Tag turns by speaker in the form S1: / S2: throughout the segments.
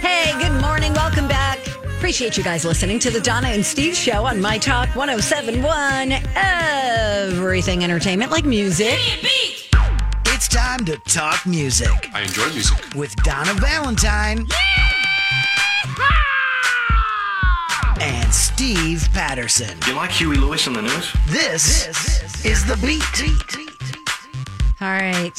S1: Hey, good morning. Welcome back. Appreciate you guys listening to the Donna and Steve show on My Talk 1071. Everything entertainment, like music.
S2: It's time to talk music
S3: I enjoy music.
S2: with Donna Valentine and Steve Patterson.
S3: You like Huey Lewis on the news?
S2: This, is the beat.
S1: All right.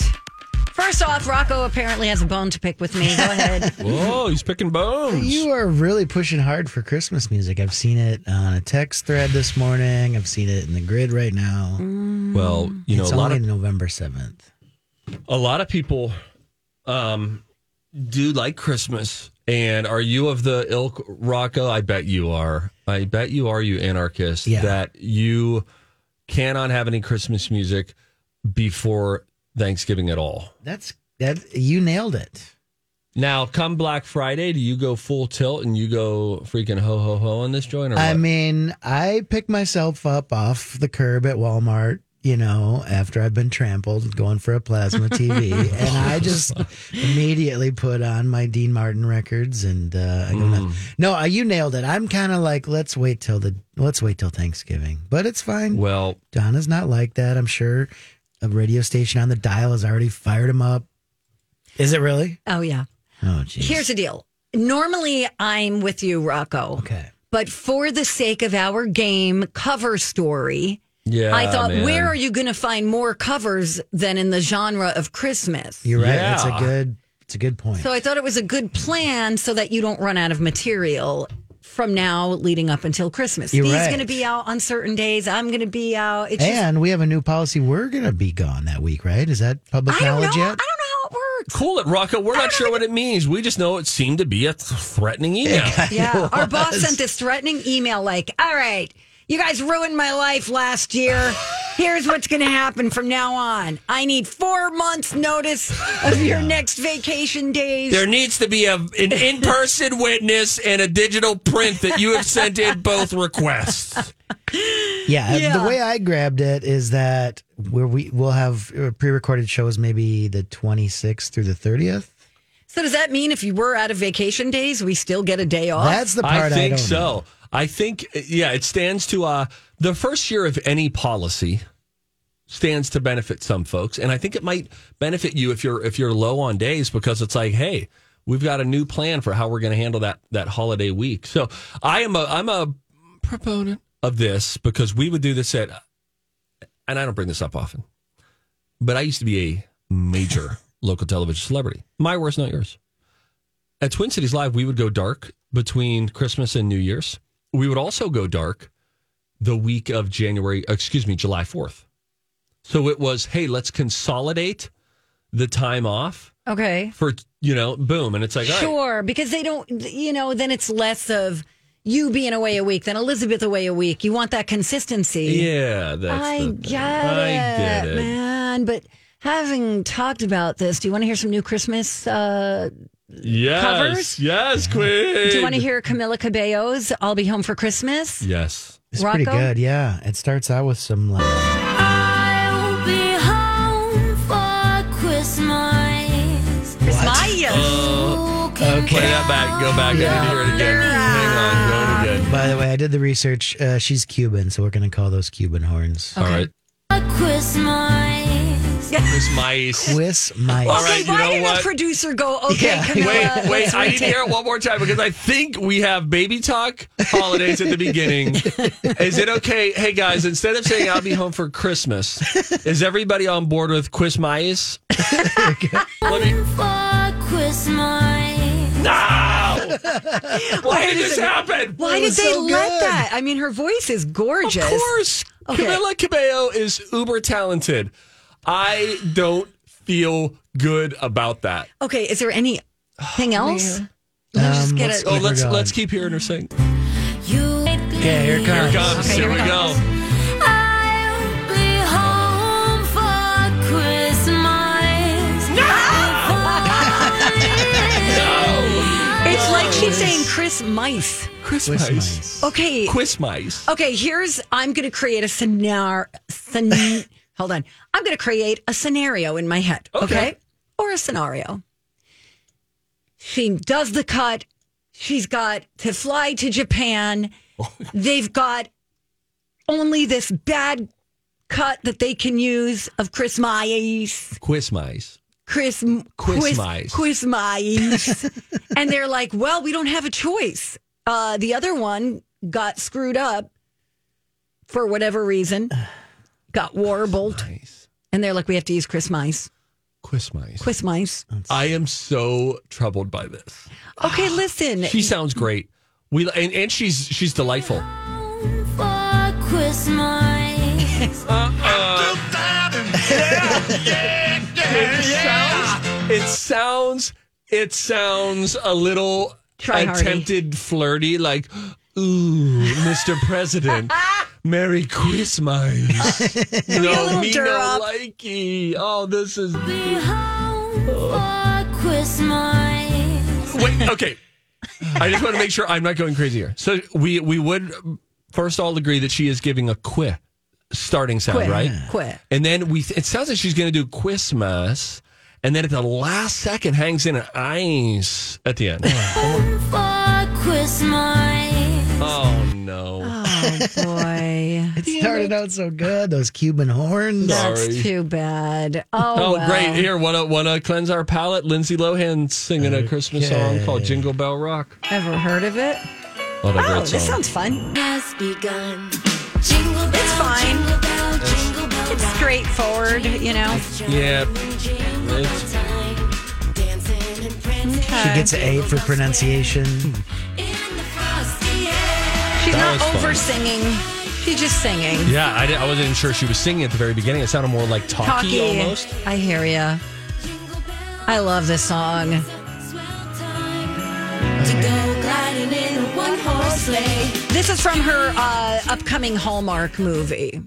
S1: First off, Rocco apparently has a bone to pick with me. Go ahead.
S4: Whoa, Oh, he's picking bones.
S5: You are really pushing hard for Christmas music. I've seen it on a text thread this morning. I've seen it in the grid right now.
S4: well, you know,
S5: it's
S4: Mm. a lot
S5: only
S4: of
S5: November seventh.
S4: a lot of people um do like Christmas. And are you of the ilk Rocco? I bet you are. I bet you are, you anarchist,
S5: Yeah.
S4: that you cannot have any Christmas music before Thanksgiving at all.
S5: That's that. You nailed it.
S4: Now, come Black Friday, do you go full tilt and you go freaking ho ho ho on this joint? Or
S5: I
S4: what?
S5: mean, I pick myself up off the curb at Walmart. You know, after I've been trampled, going for a plasma TV, and I just immediately put on my Dean Martin records, and uh, I go. nuts.
S4: Mm.
S5: No, uh, you nailed it. I'm kind of like, let's wait till the let's wait till Thanksgiving, but it's fine.
S4: well,
S5: Donna's not like that. I'm sure a radio station on the dial has already fired him up. Is it really?
S1: Oh, yeah.
S5: Oh, jeez.
S1: Here's the deal. Normally, I'm with you, Rocco.
S5: okay.
S1: But for the sake of our game cover story,
S4: yeah.
S1: I thought,
S4: Ah, man.
S1: where are you going to find more covers than in the genre of Christmas?
S5: You're right. It's
S4: Yeah.
S5: a good. It's a good point.
S1: So I thought it was a good plan so that you don't run out of material from now leading up until Christmas.
S5: You're
S1: He's
S5: right.
S1: going to be out on certain days. I'm going to be out. It's just,
S5: and we have a new policy. We're gonna be gone that week, right? Is that public
S1: I don't know.
S5: knowledge
S1: I
S5: yet?
S1: don't know how it works.
S4: Cool it, Rocco. We're not sure what it means. We just know it seemed to be a th- threatening email.
S1: Yeah. Our boss sent this threatening email like, all right, you guys ruined my life last year. Here's what's going to happen from now on. I need four months notice of your next vacation days.
S4: There needs to be a, an in person witness and a digital print that you have sent in both requests.
S5: Yeah,
S1: Yeah.
S5: The way I grabbed it is that where we will have uh, pre-recorded shows maybe the 26th through the 30th.
S1: so does that mean if you were out of vacation days, we still get a day off?
S5: That's the part I,
S4: I think
S5: don't
S4: so.
S5: know.
S4: I think, yeah, it stands to uh, the first year of any policy stands to benefit some folks. And I think it might benefit you if you're if you're low on days because it's like, hey, we've got a new plan for how we're going to handle that that holiday week. So I am a I'm a proponent of this because we would do this at and I don't bring this up often, but I used to be a major local television celebrity. My worst, not yours. At Twin Cities Live, we would go dark between Christmas and New Year's. We would also go dark the week of January, excuse me, July 4th. So it was, hey, let's consolidate the time off
S1: okay.
S4: for, you know, boom. And it's like, all right,
S1: Sure, because they don't, you know, then it's less of you being away a week than Elizabeth away a week. You want that consistency.
S4: yeah, that's
S1: I
S4: the thing.
S1: get
S4: I
S1: it,
S4: get it.
S1: man. But having talked about this, do you want to hear some new Christmas? Uh,
S4: Yes.
S1: Covers?
S4: Yes, Queen.
S1: do you want to hear Camila Cabello's "I'll Be Home for Christmas"?
S4: Yes.
S5: It's pretty
S1: Rocco?
S5: good. Yeah, it starts out with some like
S6: I'll be home for Christmas.
S5: Oh,
S4: Okay. Play that back. Go back. I need to hear it again. Hang on. Go it again.
S5: By the way, I did the research. Uh,
S1: Oh.
S5: she's Cuban, so we're going to call those Cuban horns.
S4: All right.
S6: Christmas.
S4: Chris Mice.
S5: Quiz mice.
S4: All
S1: Okay,
S4: right, you
S1: why
S4: know
S1: did
S4: what?
S1: a producer go, okay,
S5: Yeah.
S1: Camilla?
S4: Wait, wait,
S1: let's
S4: I need to
S1: retake-
S4: hear it one more time because I think we have baby talk holidays at the beginning. Is it okay? Hey guys, instead of saying I'll be home for Christmas, is everybody on board with Quizmice? Let me
S6: for Christmas.
S4: No! Why did this
S1: it-
S4: happen?
S1: Why did
S5: was
S1: they
S5: so
S1: let
S5: good.
S1: that? I mean, her voice is
S4: Of
S1: gorgeous.
S4: course.
S1: Okay.
S4: Camila Cabello is uber talented. I don't feel good about that.
S1: Okay, is there anything else?
S5: Um,
S1: just get
S5: let's
S1: it-
S4: Oh,
S5: keep her
S4: let's
S5: going.
S4: let's keep hearing her sing.
S6: You
S5: Yeah, here it
S4: Here it
S5: comes.
S4: comes.
S1: Okay,
S4: here,
S1: here
S4: we
S1: it
S4: go.
S1: comes.
S6: I'll be home for Christmas.
S1: It's like she's saying Chris Mice.
S5: Quiz
S4: Christmas.
S5: mice.
S1: Okay.
S4: Quizmice.
S1: Okay, here's I'm going to create a scenario. hold on. I'm going to create a scenario in my head. Okay.
S4: Okay.
S1: Or a scenario. She does the cut. She's got to fly to Japan. They've got only this bad cut that they can use of Chris Mice.
S4: Quizmice.
S1: Chris M-
S4: Quiz
S1: Quiz
S4: mice.
S1: Quiz mice. and they're like, well, we don't have a choice. Uh, the other one got screwed up for whatever reason, got warbled.
S4: Mice.
S1: And they're like, we have to use Chris mice.
S4: Quizmice.
S1: Quiz mice.
S4: I am so troubled by this.
S1: Okay, listen.
S4: She sounds great. We and, and she's she's delightful.
S6: Home for Christmas.
S4: It sounds it sounds it sounds a little
S1: Try-hardy.
S4: attempted flirty, like ooh, Mr. President. Merry Christmas. no,
S1: little
S4: me no
S1: drop.
S4: likey. Oh, this is
S6: Be home for Christmas.
S4: Wait, okay. I just want to make sure I'm not going crazy here. So we we would first all agree that she is giving a quit starting sound,
S1: quit.
S4: right?
S1: Quit.
S4: And then we it sounds like she's going to do Christmas, and then at the last second hangs in an ice at the end.
S6: Home for Christmas.
S4: oh no!
S1: Oh, boy.
S5: It started out so good. Those Cuban horns.
S4: Sorry.
S1: That's too bad. Oh,
S4: Oh,
S1: well.
S4: great! Here, wanna wanna cleanse our palate? Lindsay Lohan singing a Christmas song called "Jingle Bell Rock."
S1: Ever heard of it?
S4: What a
S1: Oh,
S4: great song!
S1: this sounds fun.
S6: Has begun. Jingle bell,
S1: It's fine.
S6: Jingle bell, jingle bell
S1: It's
S6: rock.
S1: straightforward, you know.
S4: Yeah.
S6: Jingle bell
S4: It's-
S6: time. Dancing and prancing.
S5: She gets an A for pronunciation.
S6: In the frosty air.
S1: She's
S4: That
S1: not
S4: was fun.
S1: over singing. She's just singing.
S4: yeah, I, di- I wasn't even sure she was singing at the very beginning. It sounded more like talky. almost.
S1: I hear ya.
S6: Jingle bell.
S1: I love this song.
S6: Swell time. To go gliding in a one horse sleigh.
S1: This is from her uh, upcoming Hallmark movie.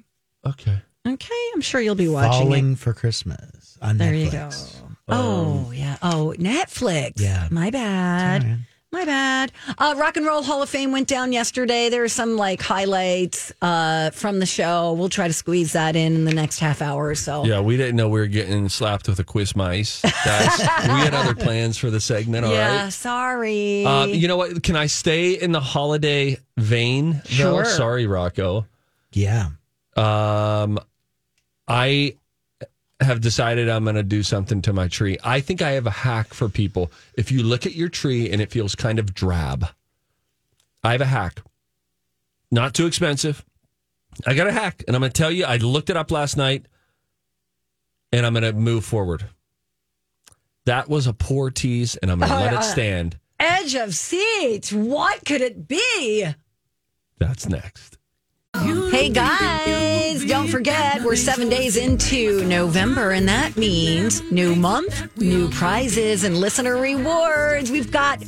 S4: Okay.
S1: Okay, I'm sure you'll be watching it.
S5: Falling for Christmas on
S1: There you go.
S5: Netflix.
S1: Oh yeah. Oh Netflix.
S5: Yeah.
S1: My bad.
S5: Sorry.
S1: My bad. Uh, Rock and Roll Hall of Fame went down yesterday. There are some like highlights uh, from the show. We'll try to squeeze that in in the next half hour or so.
S4: Yeah, we didn't know we were getting slapped with a quiz mice. Guys, we had other plans for the segment, All right.
S1: Yeah, Sorry.
S4: Uh, you know what? Can I stay in the holiday vein? though?
S1: Sure.
S4: Sorry, Rocco.
S5: Yeah.
S4: Um, I have decided I'm going to do something to my tree. I think I have a hack for people. If you look at your tree and it feels kind of drab, I have a hack. Not too expensive. I got a hack, and I'm going to tell you. I looked it up last night, and I'm going to move forward. That was a poor tease, and I'm going to let it stand.
S1: Edge of seats. What could it be?
S4: That's next.
S1: Hey guys, don't forget we're seven days into November, and that means new month, new prizes, and listener rewards. We've got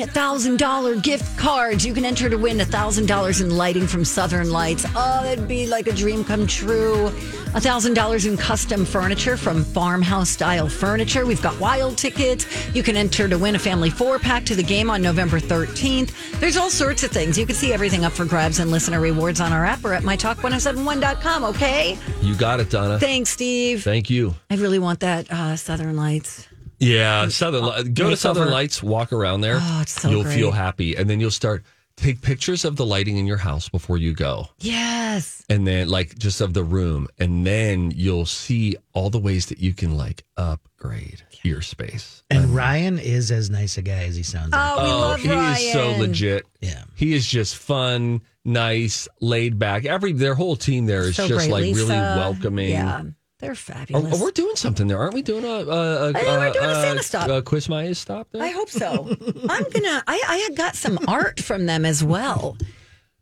S1: $1,000 gift cards. You can enter to win $1,000 in lighting from Southern Lights. Oh, it'd be like a dream come true. $1,000 in custom furniture from Farmhouse Style Furniture. We've got wild tickets. You can enter to win a family four pack to the game on November 13th. There's all sorts of things. You can see everything up for grabs and listener rewards on our app or at mytalk1071.com, okay?
S4: You got it, Donna.
S1: Thanks, Steve.
S4: Thank you.
S1: I really want that uh, Southern Lights.
S4: Yeah, Southern. Li- Go to Southern Lights, walk around there.
S1: Oh, it's so
S4: You'll
S1: great.
S4: feel happy, and then you'll start take pictures of the lighting in your house before you go.
S1: Yes.
S4: and then like just of the room and then you'll see all the ways that you can like upgrade your space
S5: And Ryan is as nice a guy as he sounds.
S1: Oh, we love
S4: he
S1: Ryan.
S4: is so legit
S5: Yeah.
S4: he is just fun nice laid back every their whole team there is
S1: So
S4: just
S1: great.
S4: like
S1: Lisa.
S4: really welcoming
S1: Yeah, they're
S4: Are-
S1: fabulous.
S4: we're doing something there, aren't we? Doing a, a, a,
S1: I know, we're doing a Santa stop.
S4: a quiz Maya stop there.
S1: I hope so. I'm gonna. I, I had got some art from them as well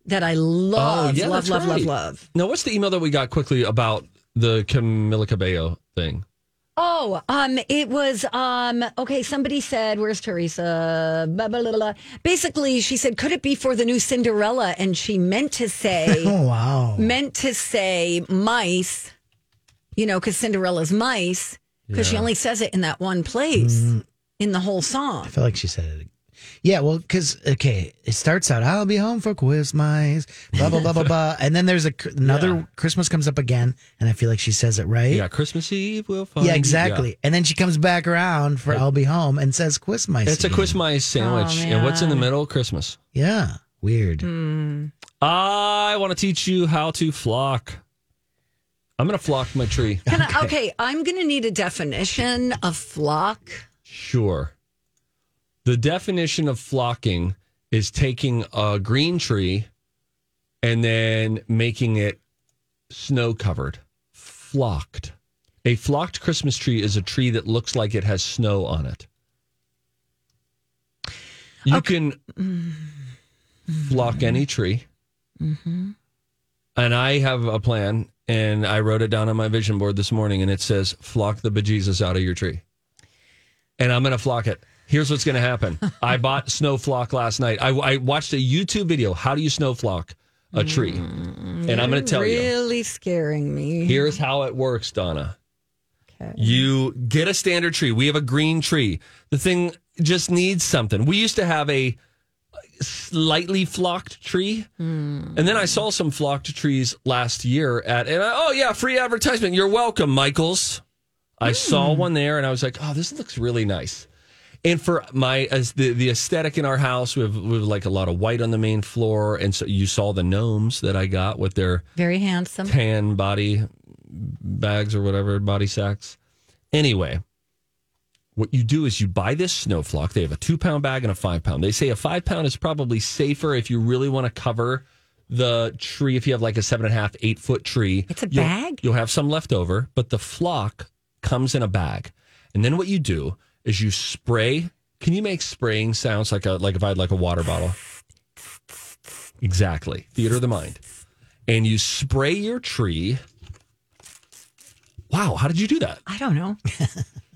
S1: that I love,
S4: Oh, yeah,
S1: love,
S4: that's
S1: love, love,
S4: right.
S1: love.
S4: Now, what's the email that we got quickly about the Camila Cabello thing?
S1: Oh, um, it was um. Okay, somebody said, "Where's Teresa?" Blah, blah, blah, blah. Basically, she said, "Could it be for the new Cinderella?" And she meant to say,
S5: Oh wow.
S1: meant to say mice. You know, because Cinderella's mice, because she only says it in that one place
S4: Mm.
S1: in the whole song.
S5: I felt like she said it. Yeah, well, because okay, it starts out I'll be home for Christmas, blah blah blah blah blah, and then there's a cr- another Christmas comes up again, and I feel like she says it right.
S4: Yeah, Christmas Eve will find.
S5: Eh? Yeah, exactly. And then she comes back around for I'll be home and says Christmas.
S4: It's a
S5: again.
S4: Quiz Maya sandwich. and what's in the middle? Christmas.
S5: Yeah, weird.
S1: Hmm.
S4: I want to teach you how to flock. I'm going to flock my tree.
S1: Can I, okay, I'm going to need a definition of flock.
S4: Sure. The definition of flocking is taking a green tree and then making it snow covered. Flocked. A flocked Christmas tree is a tree that looks like it has snow on it. You can flock any tree. And I have a plan, and I wrote it down on my vision board this morning, and it says, flock the bejesus out of your tree and I'm going to flock it. Here's what's going to happen. I bought snow flock last night. I, I watched a YouTube video. How do you snow flock a tree? And I'm going to tell you.
S1: really scaring me.
S4: Here's how it works, Donna. You get a standard tree. We have a green tree. The thing just needs something. We used to have a slightly flocked tree. And then I saw some flocked trees last year at, and I, oh, yeah, free advertisement. You're welcome, Michaels. I saw one there and I was like, oh, this looks really nice. And for my as the the aesthetic in our house, we have, we have like a lot of white on the main floor, and so you saw the gnomes that I got with their
S1: Very handsome.
S4: tan body bags or whatever body sacks. Anyway, what you do is you buy this snow flock. They have a two pound bag and a five pound. They say a five pound is probably safer if you really want to cover the tree. If you have like a seven and a half, eight foot tree,
S1: It's a
S4: you'll-
S1: bag?
S4: You'll have some left over, but the flock comes in a bag. And then what you do is you spray. Can you make spraying sounds like a like if I had like a water bottle? Exactly. Theater of the mind. And you spray your tree. Wow, how did you do that?
S1: I don't know.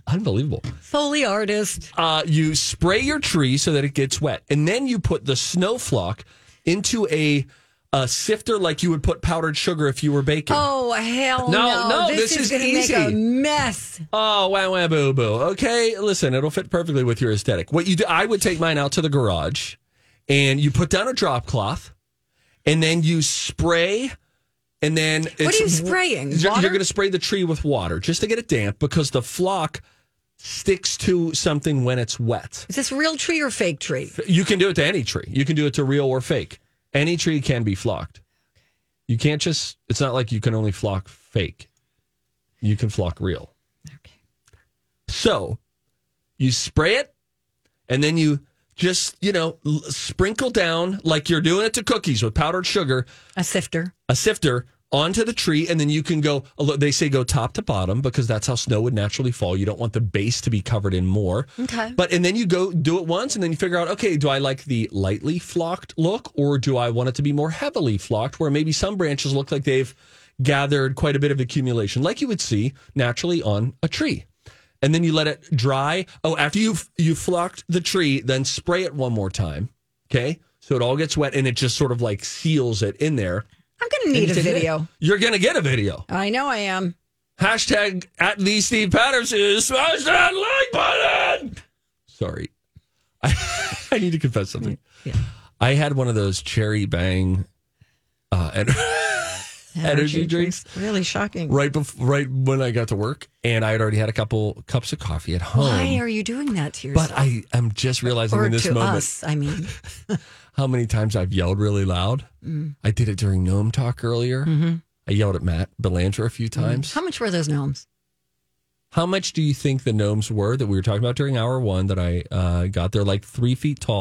S4: Unbelievable.
S1: Foley artist.
S4: Uh, you spray your tree so that it gets wet, and then you put the snow flock into a, a sifter like you would put powdered sugar if you were baking.
S1: Oh, hell no.
S4: No, no,
S1: this,
S4: this
S1: is,
S4: is
S1: going to make
S4: easy.
S1: a mess.
S4: Oh, wow, wow, boo, boo. Okay, listen, it'll fit perfectly with your aesthetic. What you do, I would take mine out to the garage, and you put down a drop cloth, and then you spray, and then it's,
S1: are you spraying?
S4: You're,
S1: Water?
S4: you're going to spray the tree with water just to get it damp because the flock sticks to something when it's wet.
S1: Is this real tree or fake tree?
S4: You can do it to any tree. You can do it to real or fake. Any tree can be flocked. You can't just. It's not like you can only flock fake. You can flock real.
S1: Okay.
S4: So you spray it and then you just, you know, l- sprinkle down like you're doing it to cookies with powdered sugar,
S1: A sifter.
S4: a sifter onto the tree. And then you can go, although they say go top to bottom because that's how snow would naturally fall. You don't want the base to be covered in more.
S1: Okay.
S4: But, and then you go do it once and then you figure out, okay, do I like the lightly flocked look or do I want it to be more heavily flocked where maybe some branches look like they've gathered quite a bit of accumulation, like you would see naturally on a tree and then you let it dry. Oh, after you you flocked the tree, then spray it one more time. Okay, so it all gets wet and it just sort of like seals it in there.
S1: I'm going to need a
S4: And you take it
S1: video.
S4: in. You're gonna get a video.
S1: I know I am.
S4: Hashtag at the Steve Patterson is smash that like button. Sorry, I, I need to confess something. I had one of those cherry bang, uh, and energy drinks
S3: Really shocking.
S4: right before, right when I got to work, and I had already had a couple cups of coffee at home.
S1: Why are you doing that to yourself?
S4: but I am just realizing
S1: or
S4: in this
S1: to
S4: moment
S1: us, I mean.
S4: how many times I've yelled really loud.
S1: Mm.
S4: I did it during Gnome Talk earlier. I yelled at Matt Belanger a few times.
S1: Mm-hmm. How much were those gnomes?
S4: How much do you think the gnomes were that we were talking about during hour one that I uh, got? They're like three feet tall.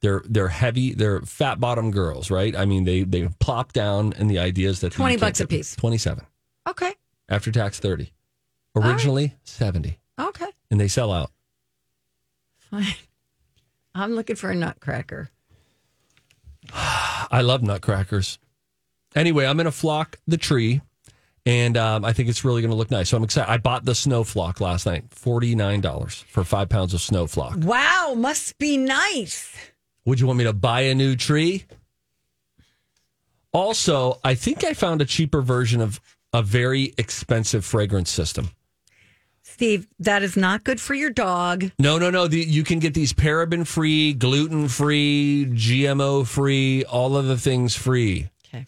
S4: They're they're heavy. They're fat bottom girls, right? I mean, they they plop down, and the idea is that you
S1: 20
S4: can't
S1: bucks a
S4: get-
S1: piece.
S4: twenty-seven
S1: Okay.
S4: after tax, thirty.
S1: right.
S4: Originally seventy,
S1: Okay.
S4: and they sell out.
S1: Fine. I'm looking for a nutcracker.
S4: I love nutcrackers. Anyway, I'm going to flock the tree, and um, I think it's really going to look nice. So I'm excited. I bought the snow flock last night, forty nine dollars for five pounds of snow flock.
S1: Wow, must be nice.
S4: Would you want me to buy a new tree? Also, I think I found a cheaper version of a very expensive fragrance system.
S1: Steve, that is not good for your dog.
S4: No, no, no. The, you can get these paraben free, gluten free, GMO free, all of the things free.
S3: Okay.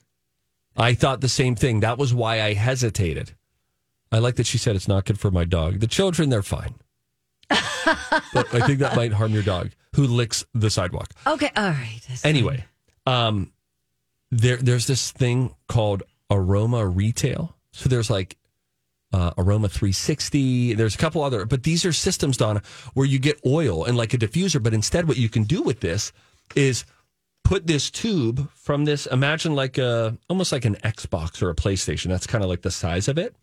S4: I thought the same thing. That was why I hesitated. I like that she said it's not good for my dog. The children, they're fine. but I think that might harm your dog who licks the sidewalk.
S1: Okay, all right. That's-
S4: Anyway, um, there there's this thing called aroma retail. So there's like uh, aroma 360. There's a couple other, but these are systems, Donna, where you get oil and like a diffuser. But instead, what you can do with this is put this tube from this. Imagine like a almost like an Xbox or a PlayStation. That's kind of like the size of it.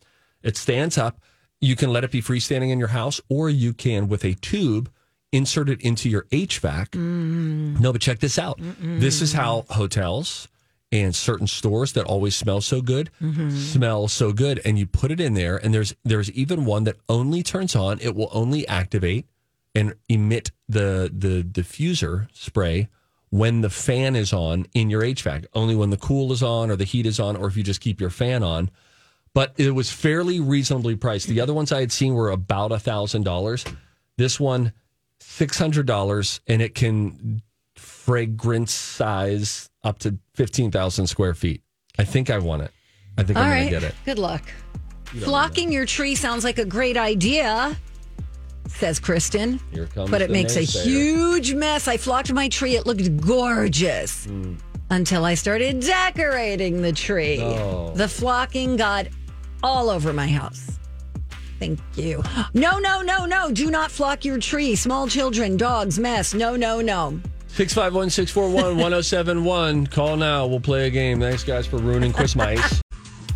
S4: It stands up. You can let it be freestanding in your house, or you can with a tube insert it into your HVAC. No, but check this out. This is how hotels and certain stores that always smell so good smell so good and you put it in there and there's there's even one that only turns on it will only activate and emit the the diffuser spray when the fan is on in your HVAC only when the cool is on or the heat is on or if you just keep your fan on but it was fairly reasonably priced the other ones I had seen were about a thousand dollars this one six hundred dollars and it can fragrance size up to 15,000 square feet. I think I want it. I think
S1: all
S4: I'm
S1: right.
S4: going to get it.
S1: Good luck. Flocking your tree sounds like a great idea, says Kristen.
S4: Here comes
S1: But it
S4: the
S1: makes a
S4: naysayer.
S1: huge mess. I flocked my tree. It looked gorgeous
S4: Hmm.
S1: until I started decorating the tree. The flocking got all over my house. Thank you. No, no, no, no. Do not flock your tree. Small children, dogs, mess. No, no, no.
S4: 651 641 1071. Call now. We'll play a game. Thanks, guys, for ruining quiz mice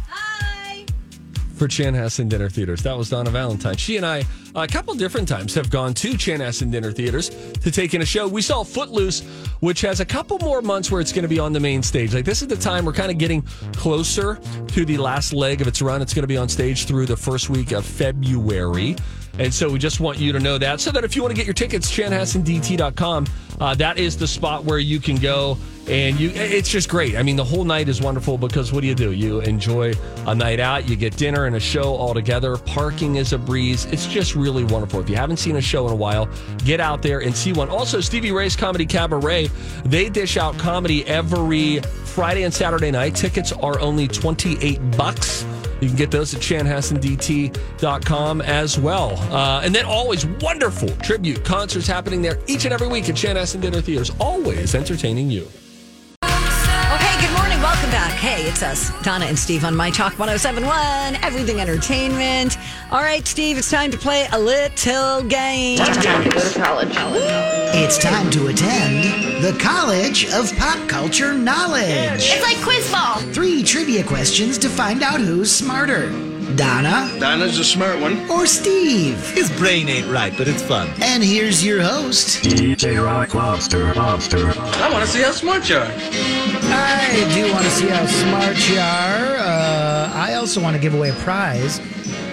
S1: Hi.
S4: for Chanhassen Dinner Theaters. That was Donna Valentine. She and I, a couple different times, have gone to Chanhassen Dinner Theaters to take in a show. We saw Footloose, which has a couple more months where it's going to be on the main stage. Like, this is the time we're kind of getting closer to the last leg of its run. It's going to be on stage through the first week of February. And so we just want you to know that so that if you want to get your tickets, chanhassendt.com, uh, that is the spot where you can go. And you, it's just great. I mean, the whole night is wonderful because what do you do? You enjoy a night out, you get dinner and a show all together. Parking is a breeze. It's just really wonderful. If you haven't seen a show in a while, get out there and see one. Also, Stevie Ray's Comedy Cabaret, they dish out comedy every Friday and Saturday night. Tickets are only 28 bucks. You can get those at chanhassendt.com as well. Uh, and then always wonderful tribute concerts happening there each and every week at Chanhassen Dinner Theaters, always entertaining you.
S1: Okay, good morning. Welcome back. Hey, it's us, Donna and Steve on My Talk 1071, Everything Entertainment. All right, Steve, it's time to play a little game.
S2: It's time to attend the College of Pop Culture Knowledge.
S6: It's like quiz ball.
S2: Three trivia questions to find out who's smarter Donna
S3: Dinah's a smart one.
S2: or Steve.
S7: His brain ain't right, but it's fun.
S2: And here's your host.
S3: I want to see how smart you are.
S5: I do want to see how smart you are. Uh, I also want to give away a prize.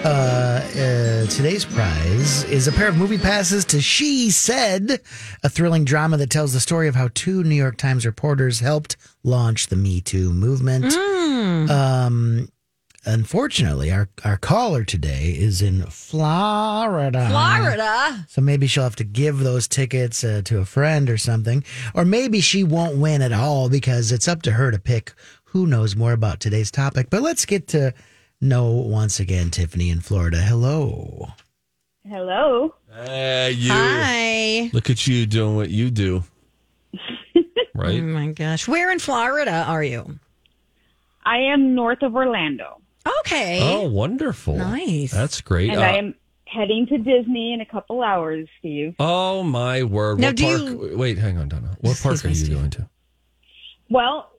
S5: Uh, uh, today's prize is a pair of movie passes to She Said, a thrilling drama that tells the story of how two New York Times reporters helped launch the Me Too movement. Um, unfortunately, our, our caller today is in Florida.
S1: Florida.
S5: So maybe she'll have to give those tickets uh, to a friend or something. Or maybe she won't win at all because it's up to her to pick who knows more about today's topic. But let's get to know once again Tiffany in Florida. Hello.
S8: Hello.
S4: Hey, you.
S1: Hi.
S4: Look at you doing what you do.
S1: Oh
S4: Right?
S1: my gosh. Where in Florida are you?
S8: I am north of Orlando,
S1: Okay.
S4: Oh, wonderful.
S1: Nice.
S4: That's great.
S8: and
S4: Uh,
S8: I am heading to Disney in a couple hours, Steve.
S4: oh, my word.
S1: Now,
S4: what
S1: do
S4: park?
S1: you-
S4: Wait, hang on, Donna. What
S1: Excuse
S4: park are
S1: me,
S4: you
S1: Steve.
S4: going to?
S8: Well,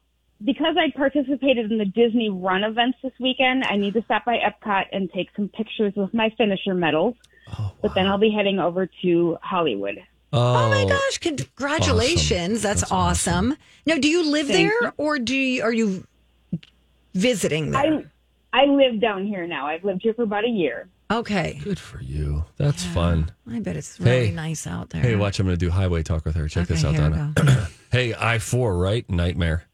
S8: because I participated in the Disney run events this weekend, I need to stop by Epcot and take some pictures with my finisher medals. But then I'll be heading over to Hollywood.
S1: Oh my gosh! Congratulations! That's, awesome. Now, do you live there, or do you, are you visiting there?
S8: I I live down here now. I've lived here for about a year.
S1: okay,
S4: Good for you. That's fun.
S1: I bet it's really
S4: Hey.
S1: nice out there.
S4: Hey, watch. I'm going to do highway talk with her. Check
S1: Okay,
S4: this out,
S1: here we
S4: Donna. hey, I four, right? Nightmare.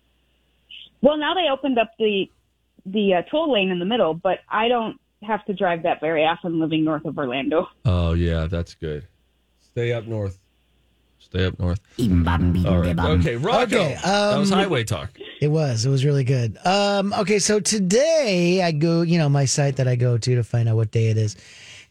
S8: Well, now they opened up the the uh, toll lane in the middle, but I don't have to drive that very often living north of Orlando.
S4: Oh yeah, that's good. Stay up north. Stay up north. All right. Okay, Rocco.
S5: Okay,
S4: that was
S5: um,
S4: highway talk.
S5: It was. It was really good. Um, okay, so today I go, you know, my site that I go to to find out what day it is.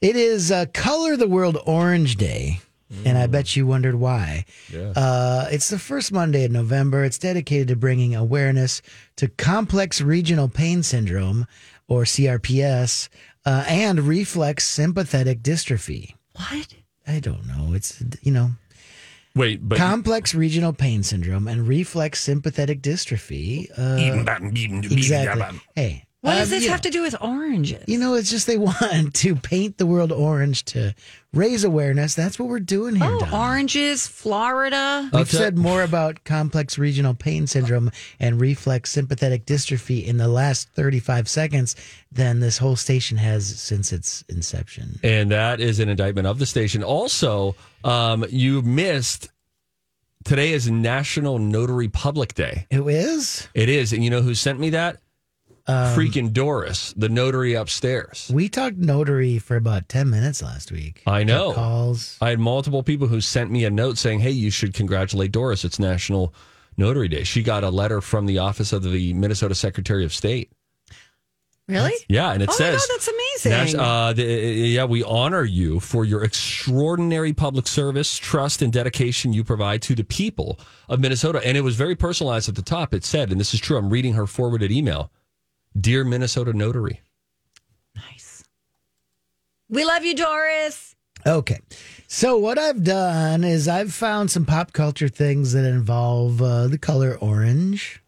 S5: It is uh, Color the World Orange Day. And I bet you wondered why. Uh, it's the first Monday in November. It's dedicated to bringing awareness to complex regional pain syndrome, or CRPS, uh, and reflex sympathetic dystrophy.
S1: What?
S5: I don't know. It's, you know,
S4: Wait, but
S5: complex regional pain syndrome and reflex sympathetic dystrophy. Uh, Exactly. Hey,
S1: What
S5: um,
S1: does this
S5: you
S1: have to do with oranges?
S5: know- You know, it's just they want to paint the world orange to raise awareness. That's what we're doing here.
S1: oh,
S5: Donna.
S1: oranges, Florida.
S5: We've
S4: Okay.
S5: said more about complex regional pain syndrome and reflex sympathetic dystrophy in the last 35 seconds than this whole station has since its inception.
S4: and that is an indictment of the station. Also, um, you missed today is National Notary Public Day.
S5: It is. Uh,
S4: It is, and you know who sent me that?
S1: Um,
S4: Freaking Doris, the notary upstairs.
S5: We talked notary for about 10 minutes last week.
S4: I know.
S5: Got Calls.
S4: I had multiple people who sent me a note saying, "Hey, you should congratulate Doris. It's National Notary Day." She got a letter from the office of the Minnesota Secretary of State.
S1: Really?
S4: Yeah, and it
S1: oh my
S4: says
S1: god, that's amazing.
S4: Nas- uh, the, yeah, we honor you for your extraordinary public service, trust, and dedication you provide to the people of Minnesota. And it was very personalized at the top. It said, and this is true, I'm reading her forwarded email Dear Minnesota Notary.
S1: nice. We love you, Doris.
S5: Okay. So, what I've done is I've found some pop culture things that involve uh, the color orange.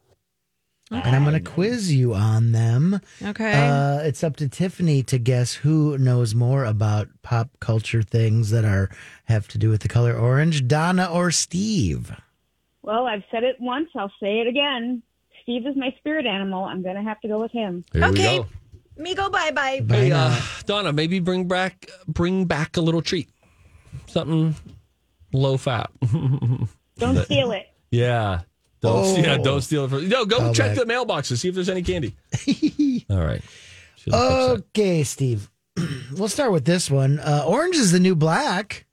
S5: And I'm going to quiz you on them.
S1: Okay.
S5: Uh, it's up to Tiffany to guess who knows more about pop culture things that are have to do with the color orange, Donna or Steve.
S8: Well, I've said it once. I'll say it again. Steve is my spirit animal. I'm going to have to go with him.
S4: Here
S1: Okay.
S4: we go.
S1: Me go bye bye.
S4: Hey, uh, Donna, maybe bring back bring back a little treat, something low fat.
S8: Don't steal it.
S4: yeah, don't
S5: Oh.
S4: yeah, don't steal it. From, no, go
S5: Call
S4: check
S5: back.
S4: the mailboxes, see if there's any candy. All right. She looks
S1: Oh,
S4: upset.
S5: Okay, Steve. we'll start with this one. Uh, Orange is the New Black.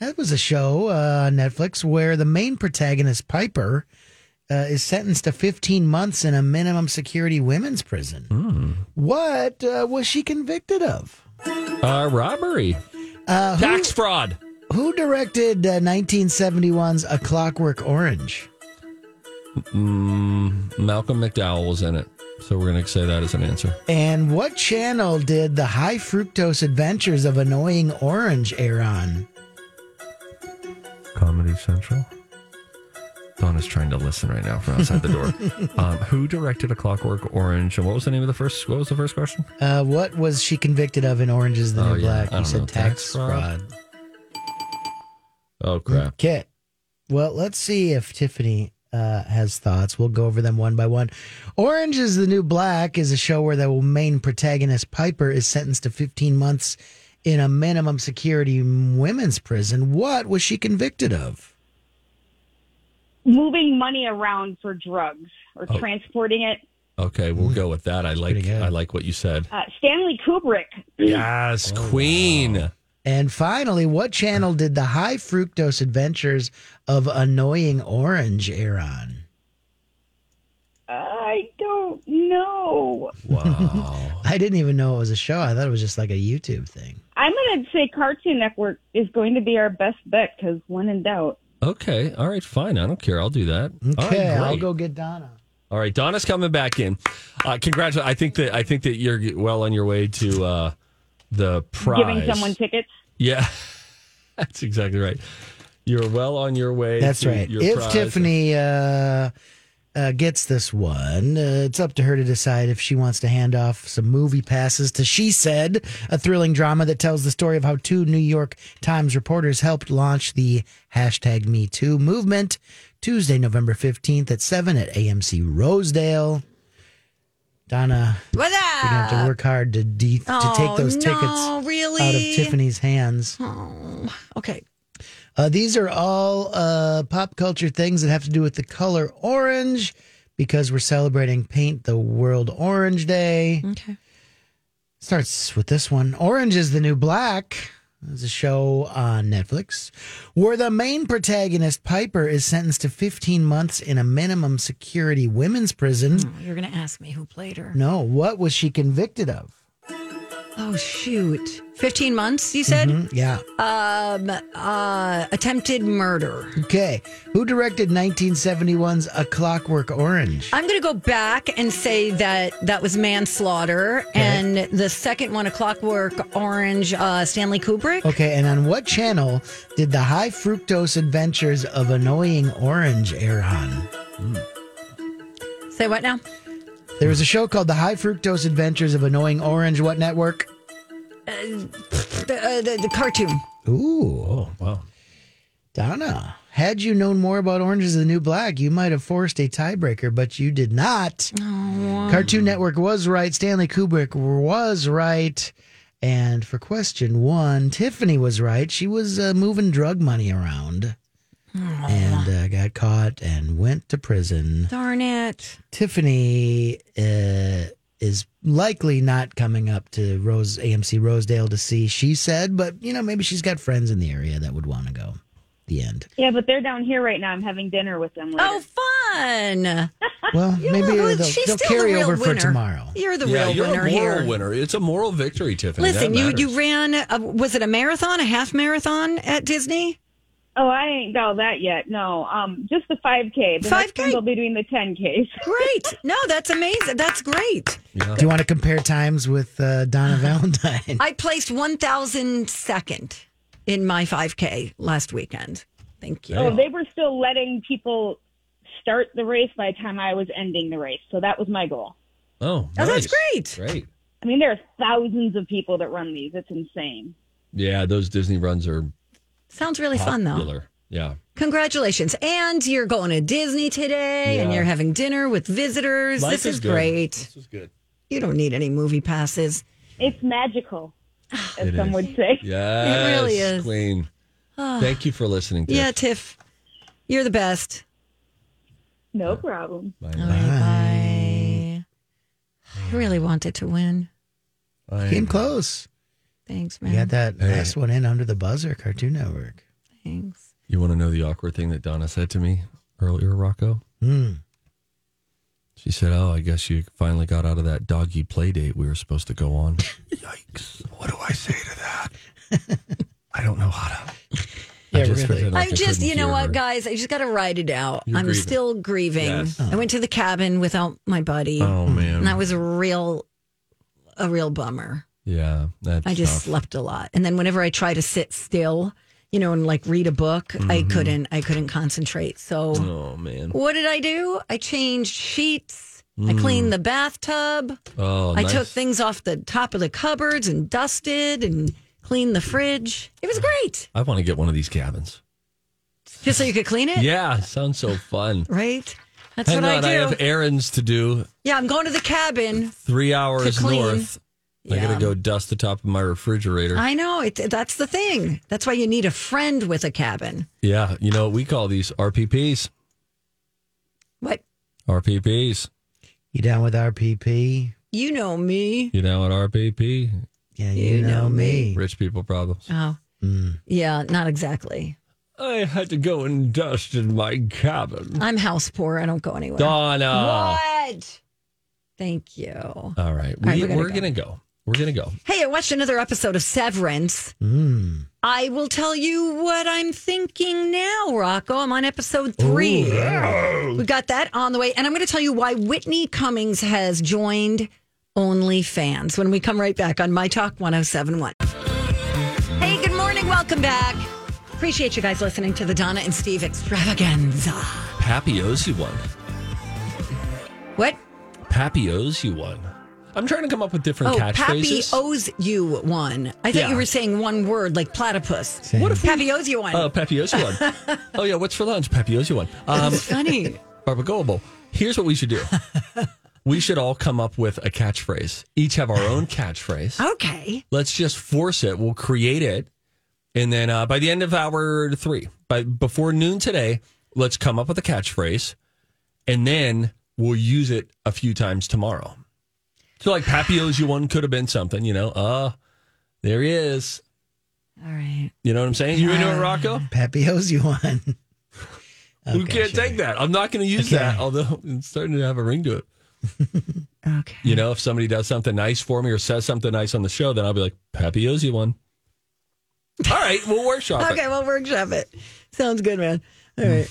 S5: That was a show uh, on Netflix where the main protagonist, Piper, uh, is sentenced to 15 months in a minimum security women's prison. What uh, was she convicted of?
S4: Uh, robbery,
S5: Uh, who,
S4: tax fraud.
S5: who directed uh, 1971's A Clockwork Orange?
S4: Mm, Malcolm McDowell was in it. So we're going to say that as an answer.
S5: And what channel did the High Fructose Adventures of Annoying Orange air on?
S4: Comedy Central. Don is trying to listen right now from outside the door. um, who directed A Clockwork Orange? And what was the name of the first? What was the first question?
S5: Uh, what was she convicted of in Orange is the
S4: Oh,
S5: New
S4: yeah.
S5: Black?
S4: I
S5: You
S4: don't know.
S5: said
S4: Tax
S5: tax
S4: fraud?
S5: fraud.
S4: Oh crap!
S5: Okay. Well, let's see if Tiffany uh, has thoughts. We'll go over them one by one. Orange is the New Black is a show where the main protagonist, Piper, is sentenced to 15 months in a minimum security women's prison. What was she convicted of?
S8: Moving money around for drugs or
S4: Oh.
S8: transporting it.
S4: Okay, we'll go with that. I like I like what you said.
S8: Uh, Stanley Kubrick.
S4: Yes, Oh, Queen.
S5: And finally, what channel did the High Fructose Adventures of Annoying Orange air on?
S8: I don't know.
S4: Wow.
S5: I didn't even know it was a show. I thought it was just like a YouTube thing.
S8: I'm going to say Cartoon Network is going to be our best bet because when in doubt.
S4: Okay, all right, fine. I don't care. I'll do that. all right,
S5: Okay, I'll
S4: great.
S5: go get Donna.
S4: All right, Donna's coming back in. Uh, congratulations! I think that I think that you're well on your way to uh, the prize.
S8: Giving someone tickets.
S4: Yeah, that's exactly right. You're well on your way.
S5: That's
S4: to
S5: right.
S4: Your
S5: If
S4: prize.
S5: Tiffany uh, uh, gets this one, uh, it's up to her to decide if she wants to hand off some movie passes to She Said, a thrilling drama that tells the story of how two New York Times reporters helped launch the hashtag Me Too movement Tuesday, November 15th at 7 at AMC Rosedale. Donna,
S1: What
S5: you're going to have to work hard to, de- to
S1: Uh, Oh,
S5: take those
S1: no,
S5: tickets
S1: really? Oh,
S5: out of Tiffany's hands.
S1: Okay.
S5: Uh, these are all uh, pop culture things that have to do with the color orange because we're celebrating Paint the World Orange Day.
S1: Okay.
S5: Starts with this one Orange is the New Black. There's a show on Netflix where the main protagonist, Piper, is sentenced to 15 months in a minimum security women's prison.
S1: You're going to ask me who played her.
S5: No, what was she convicted of?
S1: Oh, shoot. 15 months, you said?
S5: Mhm, Yeah.
S1: Um, uh, attempted murder.
S5: Okay. Who directed 1971's A Clockwork Orange?
S1: I'm going to go back and say that that was manslaughter. And the second one, A Clockwork Orange, uh, Stanley Kubrick.
S5: Okay, and on what channel did the High Fructose Adventures of Annoying Orange air on?
S1: Say what now?
S5: There was a show called The High Fructose Adventures of Annoying Orange. What network?
S1: The, uh, the, the cartoon.
S5: Ooh,
S4: Oh wow.
S5: Donna. Had you known more about Orange is the New Black, you might have forced a tiebreaker, but you did not. Cartoon Network was right. Stanley Kubrick was right. And for question one, Tiffany was right. She was uh, moving drug money around and uh, got caught and went to prison.
S1: Darn it.
S5: Tiffany uh, is likely not coming up to Rose AMC Rosedale to see. She said, but you know, maybe she's got friends in the area that would want to go. The end.
S8: Yeah, but they're down here right now. I'm having dinner with them. Later.
S1: Oh, fun.
S5: Well, maybe
S1: Well,
S5: they'll,
S1: she's
S5: they'll
S1: still
S5: carry
S1: the real
S5: over for
S1: winner.
S5: tomorrow.
S1: You're the
S4: yeah,
S1: real
S4: you're
S1: winner
S4: a moral
S1: here.
S4: winner. It's a moral victory, Tiffany.
S1: Listen,
S4: That
S1: you,
S4: matters.
S1: you ran, a, was it a marathon, a half marathon at Disney?
S8: Oh, I ain't got that yet. No, um, just the 5K. The 5K?
S1: 5K?
S8: will be doing the 10Ks.
S1: Great. No, that's amazing. That's great.
S4: Yeah.
S5: Do you want to compare times with uh, Donna Valentine?
S1: I placed 1,002nd in my 5K last weekend. Thank you.
S8: Oh, they were still letting people start the race by the time I was ending the race. So that was my goal.
S4: Oh,
S1: Oh, that's
S4: nice.
S1: great.
S4: Great.
S8: I mean, there are thousands of people that run these. It's insane.
S4: Yeah, those Disney runs are
S1: Sounds really fun,
S4: popular.
S1: though.
S4: Yeah.
S1: Congratulations. And you're going to Disney today and
S4: Yeah.
S1: you're having dinner with visitors.
S4: Life
S1: this is,
S4: is good.
S1: great.
S4: This is good.
S1: You don't need any movie passes.
S8: It's magical, as
S4: It
S8: some
S4: is.
S8: would say.
S4: Yes,
S1: really is. Ah.
S4: Queen. Thank you for listening. Tiff.
S1: Yeah, Tiff, you're the best.
S8: No problem.
S4: Bye.
S1: All right, bye. I really wanted to win.
S4: Bye.
S5: Came close.
S1: Thanks, man.
S5: You got that
S4: Hey.
S5: last one in under the buzzer, Cartoon Network.
S1: Thanks.
S4: You want to know the awkward thing that Donna said to me earlier, Rocco?
S5: Hmm.
S4: She said, "Oh, I guess you finally got out of that doggy play date we were supposed to go on." Yikes! What do I say to that? I don't know how to. I
S5: Yeah,
S4: just
S5: really.
S4: pretend like
S1: I'm just,
S4: couldn't
S1: you know
S4: hear her.
S1: what, guys? I just got to ride it out.
S4: You're
S1: I'm
S4: grieving.
S1: still grieving.
S4: Yes.
S1: I went to the cabin without my buddy.
S4: Oh, man.
S1: and Mm-hmm. that was a real, a real bummer.
S4: Yeah, that's
S1: I just
S4: tough.
S1: slept a lot, and then whenever I try to sit still, you know, and like read a book,
S4: Mm-hmm.
S1: I couldn't. I couldn't concentrate. So
S4: Oh man.
S1: what did I do? I changed sheets. I cleaned the bathtub.
S4: Oh,
S1: I
S4: Mm. nice.
S1: took things off the top of the cupboards and dusted and cleaned the fridge. It was great.
S4: I want to get one of these cabins.
S1: Just so you could clean it.
S4: Yeah, sounds so fun.
S1: Right? That's
S4: Hang
S1: what
S4: on,
S1: I do.
S4: have errands to do.
S1: yeah, I'm going to the cabin.
S4: Three hours
S1: clean.
S4: north. I gotta
S1: Yeah.
S4: go dust the top of my refrigerator.
S1: I know. It, that's the thing. That's why you need a friend with a cabin.
S4: yeah, you know we call these RPPs.
S1: What?
S4: RPPs.
S5: You down with RPP?
S1: You know me.
S4: You know what RPP?
S5: Yeah, you, know, me.
S4: Rich people problems.
S1: Oh.
S4: Mm.
S1: Yeah, not exactly.
S4: I had to go and dust in my cabin.
S1: I'm house poor. I don't go anywhere.
S4: Donna.
S1: What? Thank you.
S4: All right,
S1: right,
S4: we,
S1: we gotta
S4: we're
S1: go.
S4: gonna go. We're gonna go.
S1: Hey, I watched another episode of Severance.
S5: Mm.
S1: I will tell you what I'm thinking now, Rocco. I'm on episode three. We've got that on the way. And I'm going to tell you why Whitney Cummings has joined OnlyFans when we come right back on My Talk 1071. Hey, good morning. Welcome back. Appreciate you guys listening to the Donna and Steve extravaganza.
S4: Papios, you won.
S1: What?
S4: Papios, you won. I'm trying to come up with different
S1: Oh, Pappy
S4: catchphrases.
S1: owes you one. I thought
S4: Yeah.
S1: you were saying one word like platypus.
S5: Same.
S1: What if Pappy owes you one?
S4: Oh, Papiosi one. oh yeah, what's for lunch? Papiosi one. Um,
S1: That's funny.
S4: Barbara Goebel. Here's what we should do. we should all come up with a catchphrase. Each have our own catchphrase.
S1: Okay.
S4: Let's just force it. We'll create it, and then uh, by the end of hour three, by before noon today, let's come up with a catchphrase, and then we'll use it a few times tomorrow. So like Papiosi one could have been something, you know. Uh there he is.
S1: All right.
S4: You know what I'm saying? You into it, Rocco?
S5: Pappy owes you one.
S4: Who
S5: Okay,
S4: can't
S5: sure.
S4: take that? I'm not going to use
S5: Okay.
S4: that, although it's starting to have a ring to it.
S1: Okay.
S4: You know, if somebody does something nice for me or says something nice on the show, then I'll be like, Pappy owes you one. All right, we'll workshop
S1: Okay,
S4: it.
S1: we'll workshop it. Sounds good, man. All
S4: Mm.
S1: right.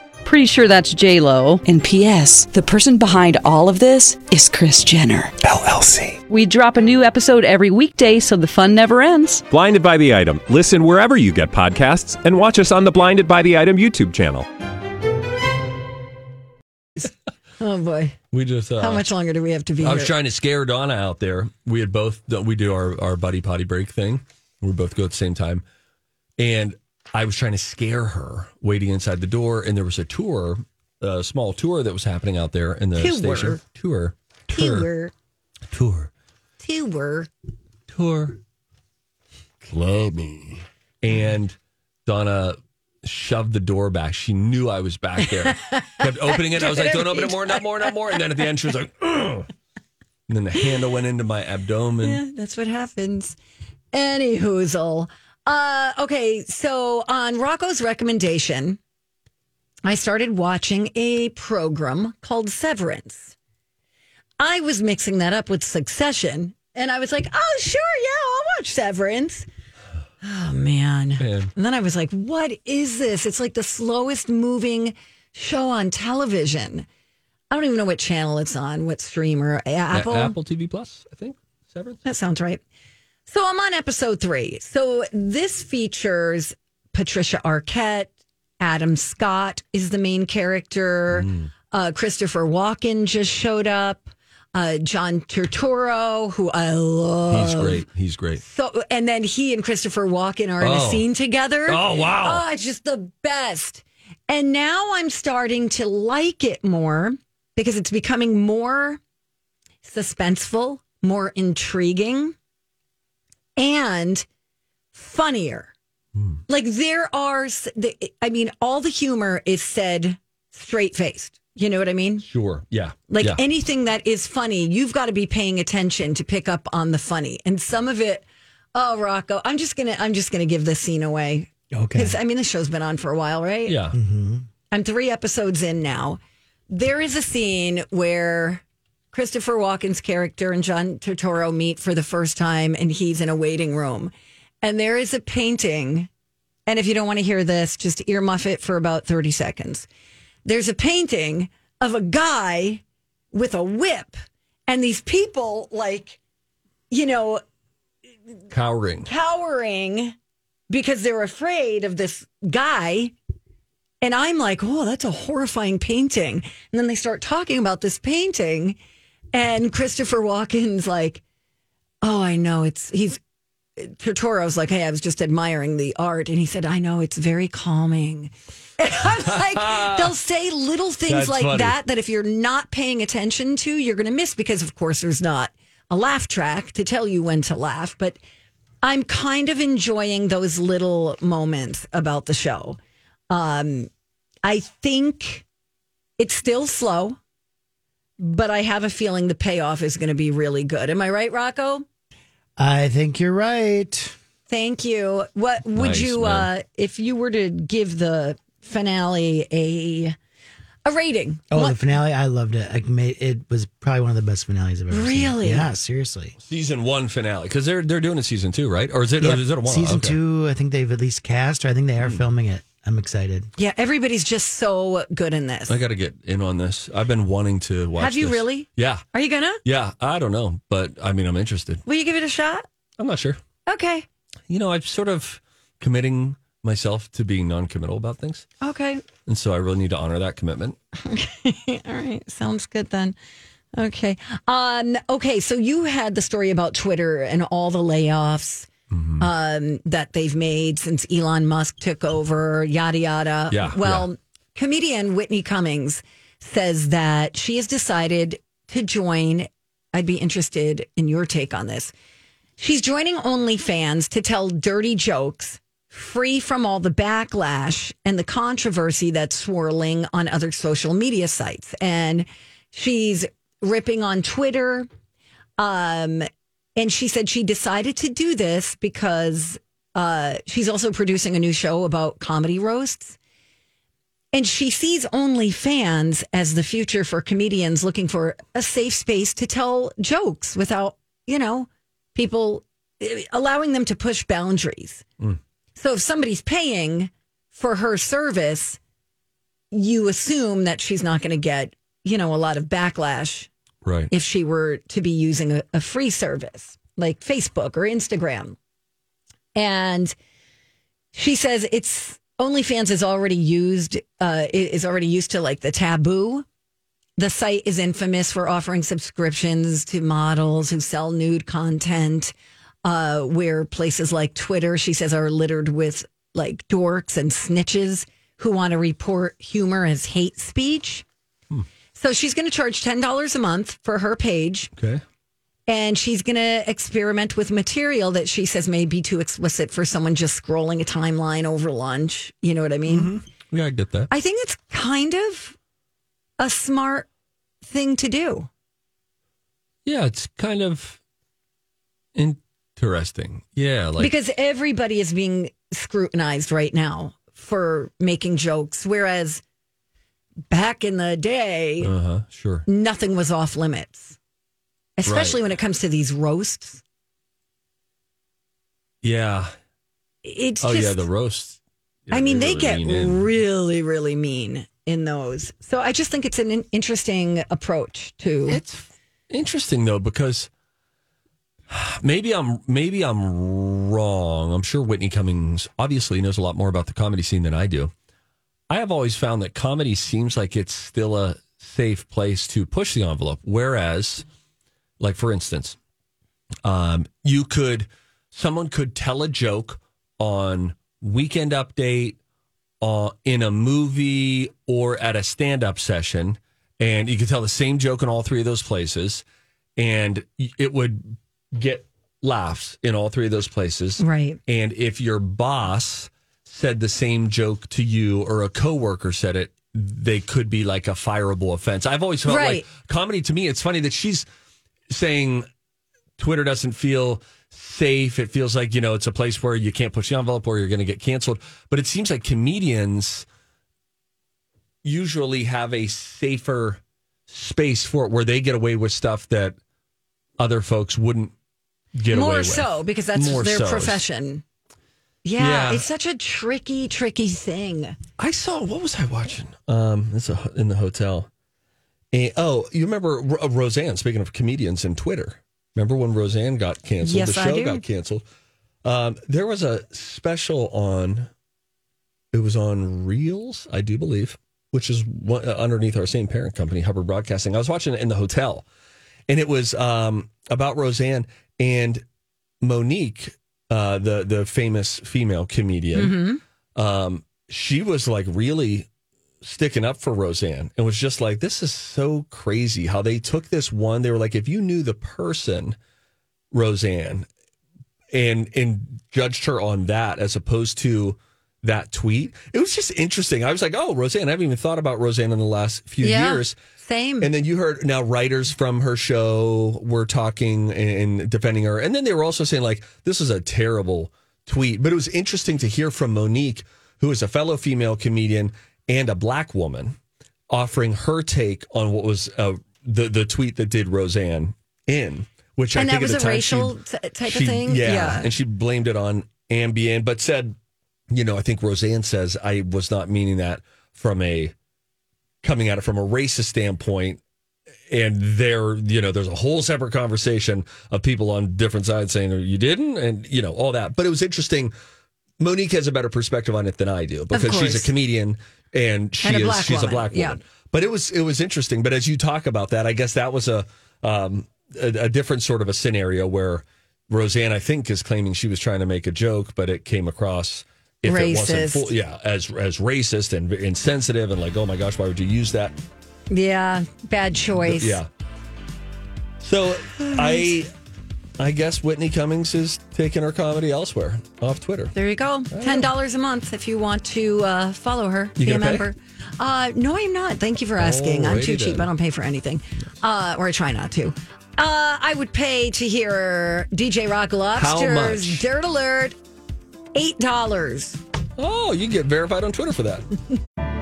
S9: Pretty sure that's J Lo. And P.S. The person behind all of this is Chris Jenner LLC. We drop a new episode every weekday, so the fun never ends.
S10: Blinded by the item. Listen wherever you get podcasts, and watch us on the Blinded by the Item YouTube channel.
S1: Oh boy.
S4: We just. Uh,
S1: How much longer do we have to be
S4: I was
S1: here?
S4: trying to scare Donna out there. We had both, we do our, our buddy potty break thing. We both go at the same time. And I was trying to scare her waiting inside the door. And there was a tour, a small tour that was happening out there in the
S1: Tour.
S4: station. Tour. Tour.
S1: Tour.
S4: Tour.
S1: Tour.
S4: tour. Clubby. And Donna shoved the door back. She knew I was back there. Kept opening it. I was like, don't open it more, not more, not more. And then at the end, she was like, "Ugh." and then the handle went into my abdomen.
S1: Yeah, that's what happens. Any hoozle. Uh, okay, so on Rocco's recommendation, I started watching a program called Severance. I was mixing that up with Succession, and I was like, oh, sure, yeah, I'll watch Severance. Oh, man.
S4: Man.
S1: And then I was like, what is this? It's like the slowest moving show on television. I don't even know what channel it's on, what streamer, Apple.
S4: A- Apple TV Plus, I think. Severance.
S1: That sounds right. So I'm on episode three. So this features Patricia Arquette. Adam Scott is the main character.
S4: Hmm.
S1: Uh, Christopher Walken just showed up. Uh, John Turturro, who I love.
S4: He's great. He's great.
S1: So, and then he and Christopher Walken are in a
S4: Oh.
S1: scene together.
S4: Oh, wow.
S1: Oh, it's just the best. And now I'm starting to like it more because it's becoming more suspenseful, more intriguing, and funnier.
S4: Hmm.
S1: Like there are, s- the- I mean, all the humor is said straight faced. You know what I mean?
S4: Sure. Yeah.
S1: Like
S4: yeah.
S1: anything that is funny, you've got to be paying attention to pick up on the funny. And some of it Oh, Rocco, I'm just gonna I'm just gonna give this scene away.
S5: Okay.
S1: Because I mean, the show's been on for a while, right?
S4: Yeah.
S1: I'm three episodes in now. There is a scene where Christopher Walken's character and John Turturro meet for the first time, and he's in a waiting room. And there is a painting. And if you don't want to hear this, just earmuff it for about 30 seconds. There's a painting of a guy with a whip, and these people, like, you know,
S4: Cowering.
S1: cowering because they're afraid of this guy. And I'm like, oh, that's a horrifying painting. And then they start talking about this painting. And Christopher Walken's like, oh, I know. It's, he's, Tortoro's like, hey, I was just admiring the art. And he said, I know, it's very calming. And I'm like, they'll say little things
S4: That's
S1: like
S4: funny.
S1: that that if you're not paying attention to, you're going to miss because, of course, there's not a laugh track to tell you when to laugh. But I'm kind of enjoying those little moments about the show. Um, I think it's still slow, but I have a feeling the payoff is going to be really good. Am I right, Rocco?
S5: I think you're right.
S1: Thank you. What would
S5: Nice,
S1: you,
S5: man.
S1: uh, if you were to give the finale a a rating?
S5: Oh,
S1: What-
S5: the finale! I loved it. I made, it was probably one of the best finales I've ever seen.
S1: Really?
S5: Yeah, seriously.
S4: Season one finale because they're they're doing a season two, right? Or is it?
S5: Yep.
S4: Or is it a one?
S5: Season
S4: Okay.
S5: two, I think they've at least cast, or I think they are
S1: Hmm.
S5: filming it. I'm excited.
S1: yeah, everybody's just so good in this.
S4: I got to get in on this. I've been wanting to watch.
S1: Have you
S4: this.
S1: really?
S4: Yeah,
S1: Are you gonna?
S4: yeah. I don't know, but I mean, I'm interested.
S1: Will you give it a shot?
S4: I'm not sure.
S1: Okay.
S4: You know, I'm sort of committing myself to being non-committal about things,
S1: Okay.
S4: and so I really need to honor that commitment.
S1: All right. Sounds good then. Okay. Um, okay. So you had the story about Twitter and all the layoffs
S11: Mm-hmm.
S1: um, that they've made since Elon Musk took over, yada, yada.
S11: Yeah,
S1: well, comedian Whitney Cummings says that she has decided to join. I'd be interested in your take on this. She's joining OnlyFans to tell dirty jokes, free from all the backlash and the controversy that's swirling on other social media sites. And she's ripping on Twitter. Um, and she said she decided to do this because uh, she's also producing a new show about comedy roasts. And she sees OnlyFans as the future for comedians looking for a safe space to tell jokes without, you know, people eh, allowing them to push boundaries.
S4: Mm.
S1: So if somebody's paying for her service, you assume that she's not going to get, you know, a lot of backlash
S4: Right.
S1: if she were to be using a, a free service like Facebook or Instagram. And she says it's OnlyFans is already used uh, i- is already used to like the taboo. The site is infamous for offering subscriptions to models who sell nude content. Uh, where places like Twitter, she says, are littered with like dorks and snitches who want to report humor as hate speech. So she's going to charge ten dollars a month for her page
S4: Okay.
S1: and she's going to experiment with material that she says may be too explicit for someone just scrolling a timeline over lunch. You know what I mean?
S4: Yeah, I get that.
S1: I think it's kind of a smart thing to do.
S4: yeah, it's kind of interesting. Yeah, like
S1: because everybody is being scrutinized right now for making jokes, whereas back in the day,
S4: uh huh, sure.
S1: nothing was off limits, especially
S4: Right.
S1: when it comes to these roasts.
S4: Yeah.
S1: It's
S4: oh
S1: just,
S4: yeah, the roast. Yeah,
S1: I mean, they,
S4: really
S1: get
S4: lean in.
S1: really, really mean in those. So I just think it's an in- interesting approach to.
S4: It's interesting though because maybe I'm maybe I'm wrong. I'm sure Whitney Cummings obviously knows a lot more about the comedy scene than I do. I have always found that comedy seems like it's still a safe place to push the envelope. Whereas, like for instance, um, you could someone could tell a joke on Weekend Update, uh, in a movie, or at a stand-up session, and you could tell the same joke in all three of those places, and y- it would get laughs in all three of those places.
S1: Right.
S4: And if your boss said the same joke to you, or a coworker said it. They could be like a fireable offense. I've always felt
S1: Right.
S4: like comedy to me. It's funny that she's saying Twitter doesn't feel safe. It feels like, you know, it's a place where you can't push the envelope or you're going to get canceled. But it seems like comedians usually have a safer space for it where they get away with stuff that other folks wouldn't get
S1: More
S4: away with.
S1: so because that's
S4: More
S1: their
S4: so.
S1: profession. Yeah,
S4: Yeah.
S1: it's such a tricky, tricky thing.
S4: I saw what was I watching? Um, it's a, in the hotel. And, oh, you remember Ro- Roseanne? Speaking of comedians and Twitter, remember when Roseanne got canceled?
S11: Yes,
S4: the
S11: I
S4: show
S11: do.
S4: got canceled. Um, there was a special on. It was on Reels, I do believe, which is one, uh, underneath our same parent company, Hubbard Broadcasting. I was watching it in the hotel, and it was um, about Roseanne and Monique, uh, the the famous female comedian um, she was like really sticking up for Roseanne and was just like, this is so crazy how they took this one. They were like, if you knew the person, Roseanne, and and judged her on that as opposed to that tweet. It was just interesting. I was like, oh, Roseanne, I haven't even thought about Roseanne in the last few
S1: Yeah,
S4: years.
S1: Same.
S4: And then you heard now writers from her show were talking and, and defending her. And then they were also saying, like, this is a terrible tweet. But it was interesting to hear from Monique, who is a fellow female comedian and a black woman, offering her take on what was uh, the, the tweet that did Roseanne in, which
S1: and
S4: I think
S1: that was
S4: at
S1: a
S4: the time
S1: racial
S4: she,
S1: t- type
S4: she-
S1: of thing.
S4: Yeah, And she blamed it on Ambien, but said, you know, I think Roseanne says I was not meaning that from a coming at it from a racist standpoint. And there, you know, there's a whole separate conversation of people on different sides saying, oh, you didn't, and, you know, all that. But it was interesting. Monique has a better perspective on it than I do because she's a
S11: course.
S4: comedian and she
S11: And a
S4: is
S11: black
S4: she's a
S11: woman,
S4: black
S11: yeah.
S4: woman. But it was it was interesting. But as you talk about that, I guess that was a um, a, a different sort of a scenario where Roseanne, I think, is claiming she was trying to make a joke, but it came across if it wasn't
S1: Racist.
S4: full, yeah, as as racist and insensitive and like, oh my gosh, why would you use that?
S1: Yeah, bad choice.
S4: Yeah. So I I guess Whitney Cummings is taking her comedy elsewhere off Twitter.
S1: There you go. Ten dollars a month if you want to uh, follow her.
S4: Oh. You
S1: be a
S4: gonna pay?
S1: member. Uh, no, I'm not. Thank you for asking. I'm too
S4: Alrighty
S1: cheap.
S4: then.
S1: I don't pay for anything, uh, or I try not to. Uh, I would pay to hear DJ Rock Lobster's
S4: much?
S1: Dirt Alert. Eight dollars.
S4: Oh, you get verified on Twitter for that.